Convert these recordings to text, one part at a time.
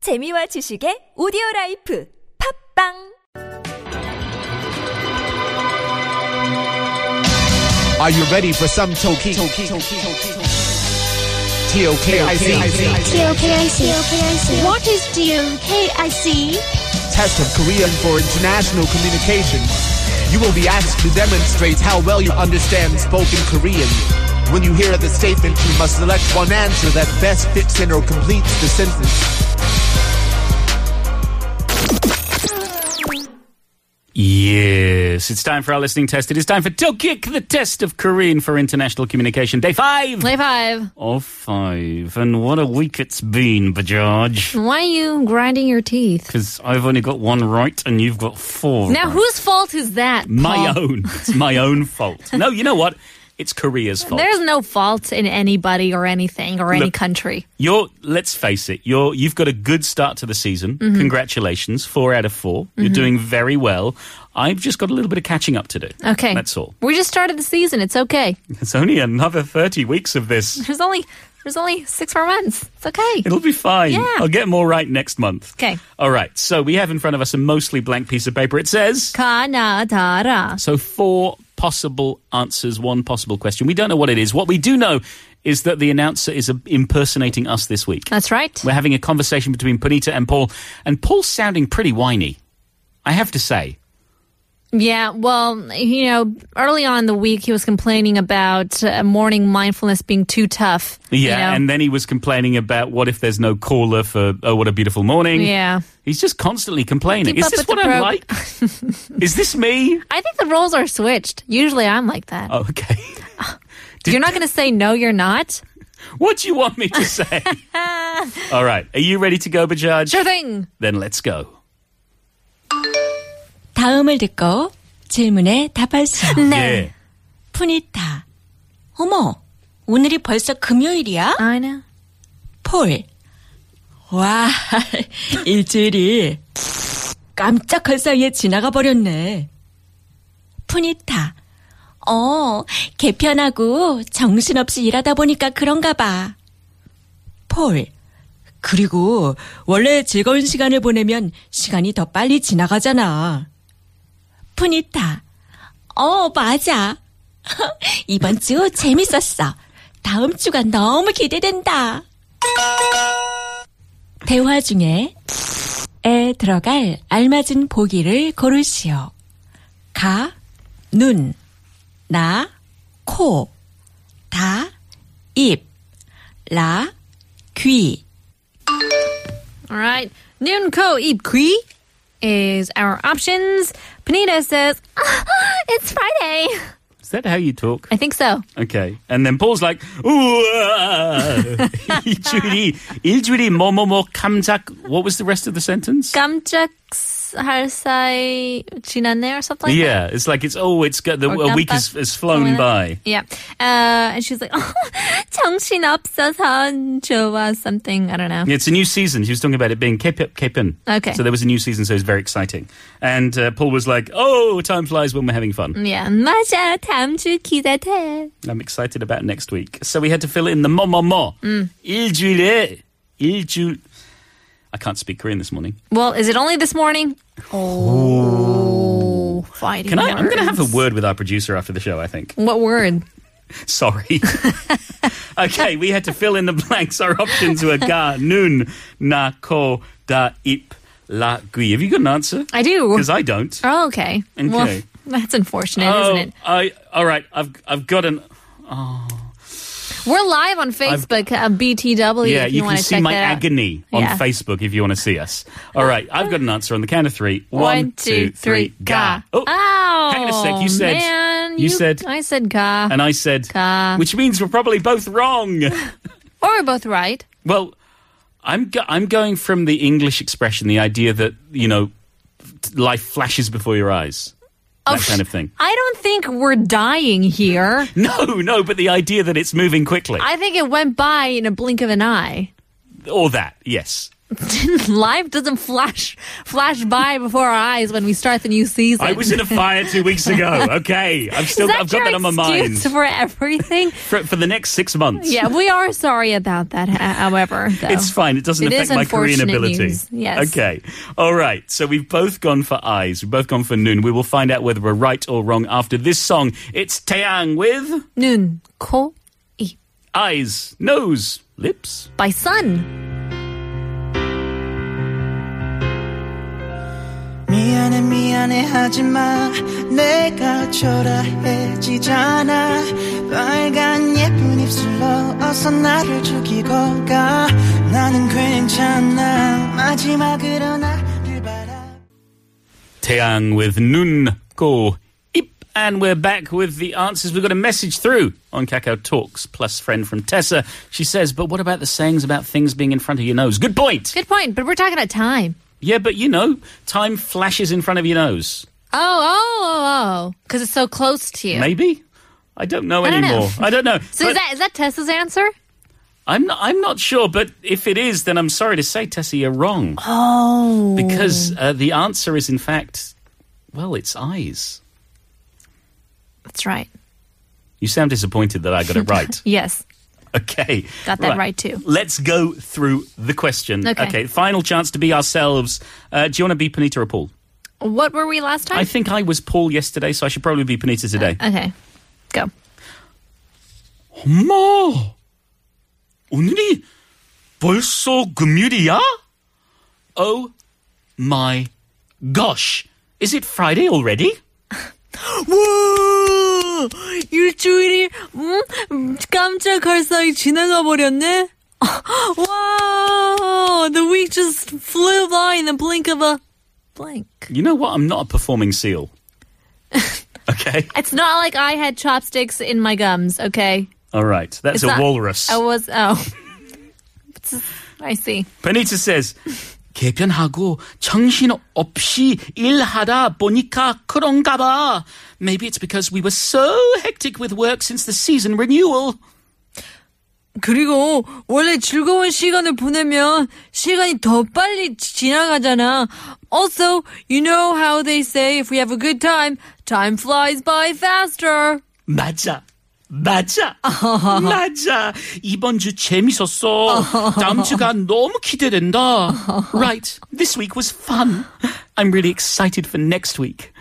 재미와 지식의 오디오 라이프 팝빵 Are you ready for some Toki? T-O-K-I-C. TOKIC. What is TOKIC? Test of Korean for International Communication. You will be asked to demonstrate how well you understand spoken Korean. When you hear the statement, you must select one answer that best fits in or completes the sentence. Yes, it's time for our listening test. It is time for Tokik, the test of Korean for international communication, day five Play five. of five. And what a week it's been, Bajaj. Why are you grinding your teeth? Because I've only got one right and you've got four. Now, right. whose fault is that? My Paul? own. It's my own fault. No, you know what? It's Korea's fault. There's no fault in anybody or anything or any Look. country. You're, let's face it, you're, you've got a good start to the season. Mm-hmm. Congratulations, four out of 4 you You're doing very well. I've just got a little bit of catching up to do. Okay. That's all. We just started the season. It's okay. It's only another 30 weeks of this. There's only there's only six more months. It's okay. It'll be fine. Yeah. I'll get more right next month. 'Kay. All right. So we have in front of us a mostly blank piece of paper. It says Kanadara. so four possible answers, one possible question. We don't know what it is. What we do know is that the announcer is uh, impersonating us this week. That's right. We're having a conversation between Punita and Paul, and Paul's sounding pretty whiny. I have to say. Yeah, well, you know, early on in the week, he was complaining about uh, morning mindfulness being too tough. you Yeah, know? and then he was complaining about what if there's no caller for oh what a beautiful morning. Yeah. He's just constantly complaining. is Keep up this with the what I'm prog- like? is this me? I think the roles are switched. Usually I'm like that. Oh, okay. You're not going to say, no, you're not. What do you want me to say? All right. Are you ready to go, Bajaj? Sure thing. Then let's go. 다음을 듣고 질문에 답하세요. Yeah. 푸니타. 어머, 오늘이 벌써 금요일이야? I know. 폴. 와, 일주일이 깜짝할 사이에 지나가 버렸네. 푸니타. 어, 개편하고 정신없이 일하다 보니까 그런가 봐. 폴. 그리고 원래 즐거운 시간을 보내면 시간이 더 빨리 지나가잖아. 푸니타. 어, 맞아. 이번 주 재밌었어. 다음 주가 너무 기대된다. 대화 중에 에 들어갈 알맞은 보기를 고르시오. 가, 눈, 나, 코, 다, 입, 라, 귀. All right. Noon ko ib kui is our options. Panita says, "Ah, it's Friday. Is that how you talk? I think so. Okay. And then Paul's like, ah." 우와. 일주일이, 일주일이 뭐뭐뭐 감작. What was the rest of the sentence? Gamjak harsai chinane or something like that. yeah. It's like, it's, oh, it's got the, Or a week 깜빡- has, has flown something by. like that. Yeah. Uh, and she's like, oh, 정신 없어서 좋아 something. I don't know. It's a new season. She was talking about it being Cape Capin. Okay. So there was a new season, so it was very exciting. And uh, Paul was like, oh, time flies when we're having fun. Yeah. 맞아. 다음 주 기대돼. I'm excited about next week. So we had to fill in the mo mo mo. Mm. 일주일에 일주. I can't speak Korean this morning. Well, is it only this morning? Oh. Fighting Can I? I'm going to have a words. word with our producer after the show. I think. What word? Sorry. okay, we had to fill in the blanks. Our options were ga, nun, na, ko, da, ip, la, gui. Have you got an answer? I do. Because I don't. Oh, okay. Well, Okay. that's unfortunate, oh, isn't it? I. All right. I've I've got an. We're live on Facebook, uh, BTW. Yeah, if you, can want to see check my that out. agony on Yeah. Facebook if you want to see us. All right, I've got an answer on the count of three. One, two, three, ga. Oh, hang on a sec. You said. man, you said. I said ga. and I said. Ga. Which means we're probably both wrong. or we're both right. well, I'm go- I'm going from the English expression, the idea that you know, t- life flashes before your eyes, that kind of thing. I don't think we're dying here. No, no, but the idea that it's moving quickly, I think it went by in a blink of an eye. or that, yes. Life doesn't flash flash by before our eyes when we start the new season. I was in a fire two weeks ago. Okay, I've still Is that I've got your that on my mind excuse for everything. for, for the next six months. yeah, we are sorry about that. ho- However, though. It's fine. It doesn't It affect is my Korean unfortunate ability. news. Yes. Okay. All right. So we've both gone for eyes. We've both gone for noon. We will find out whether we're right or wrong after this song. It's Taeyang with Noon Ko eyes, nose, lips. by Sun. 미안해 미안해 하지마 내가 초라해지잖아 빨간 예쁜 입술로 어서 나를 죽이고 가 나는 괜찮아 마지막으로 나를 바라 Taeyang with noon, go, ip. And we're back with the answers. We've got a message through on Kakao Talks plus friend from Tessa. She says, but what about the sayings about things being in front of your nose? Good point. Good point, but we're talking about time. Yeah, but you know, time flashes in front of your nose. Oh, oh, oh, oh, because it's so close to you. Maybe? I don't know I don't know. anymore. I don't know. So But- is that is that Tessa's answer? I'm not, I'm not sure, but if it is, then I'm sorry to say, Tessie, you're wrong. Oh. Because uh, the answer is, in fact, well, it's eyes. That's right. You sound disappointed that I got it right. Yes. okay. Got that right, too. Let's go through the question. Okay. final chance to be ourselves. Uh, do you want to be Panita or Paul? What were we last time? I think I was Paul yesterday, so I should probably be Panita today. okay, go. 엄마! 오늘이 벌써 금요일이야? Oh my gosh. Is it Friday already? 와! 일주일이 음? 깜짝할싸이 지나가 버렸네. 와! The week just flew by in the blink of a blink. You know what? I'm not a performing seal. okay. It's not like I had chopsticks in my gums, okay? All right. That's It's a not- walrus. I was oh. It's just- I see. Benita says 개편하고 정신 없이 일하다 보니까 그런가 봐. Maybe it's because we were so hectic with work since the season renewal. 그리고 원래 즐거운 시간을 보내면 시간이 더 빨리 지나가잖아. Also, you know how they say if we have a good time, time flies by faster. 맞아. 맞아. 맞아. 이번 주 재밌었어. 다음 주가 너무 기대된다. Right. This week was fun. I'm really excited for next week.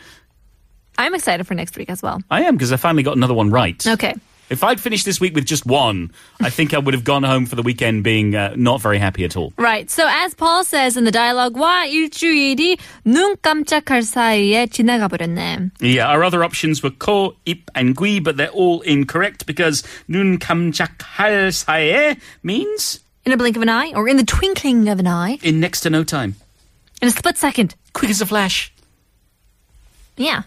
I'm excited for next week as well. I am because I finally got another one right. Okay. If I'd finished this week with just one, I think I would have gone home for the weekend being uh, not very happy at all. Right. So as Paul says in the dialogue, 와 일주일이 눈 깜짝할 사이에 지나가 버렸네. Yeah, our other options were ko, ip, and gui, but they're all incorrect because nun kamjak hal sae means In a blink of an eye, or in the twinkling of an eye, in next to no time. in a split second. Quick as a flash. Yeah.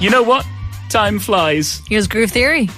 You know what? Time flies. Here's Groove Theory.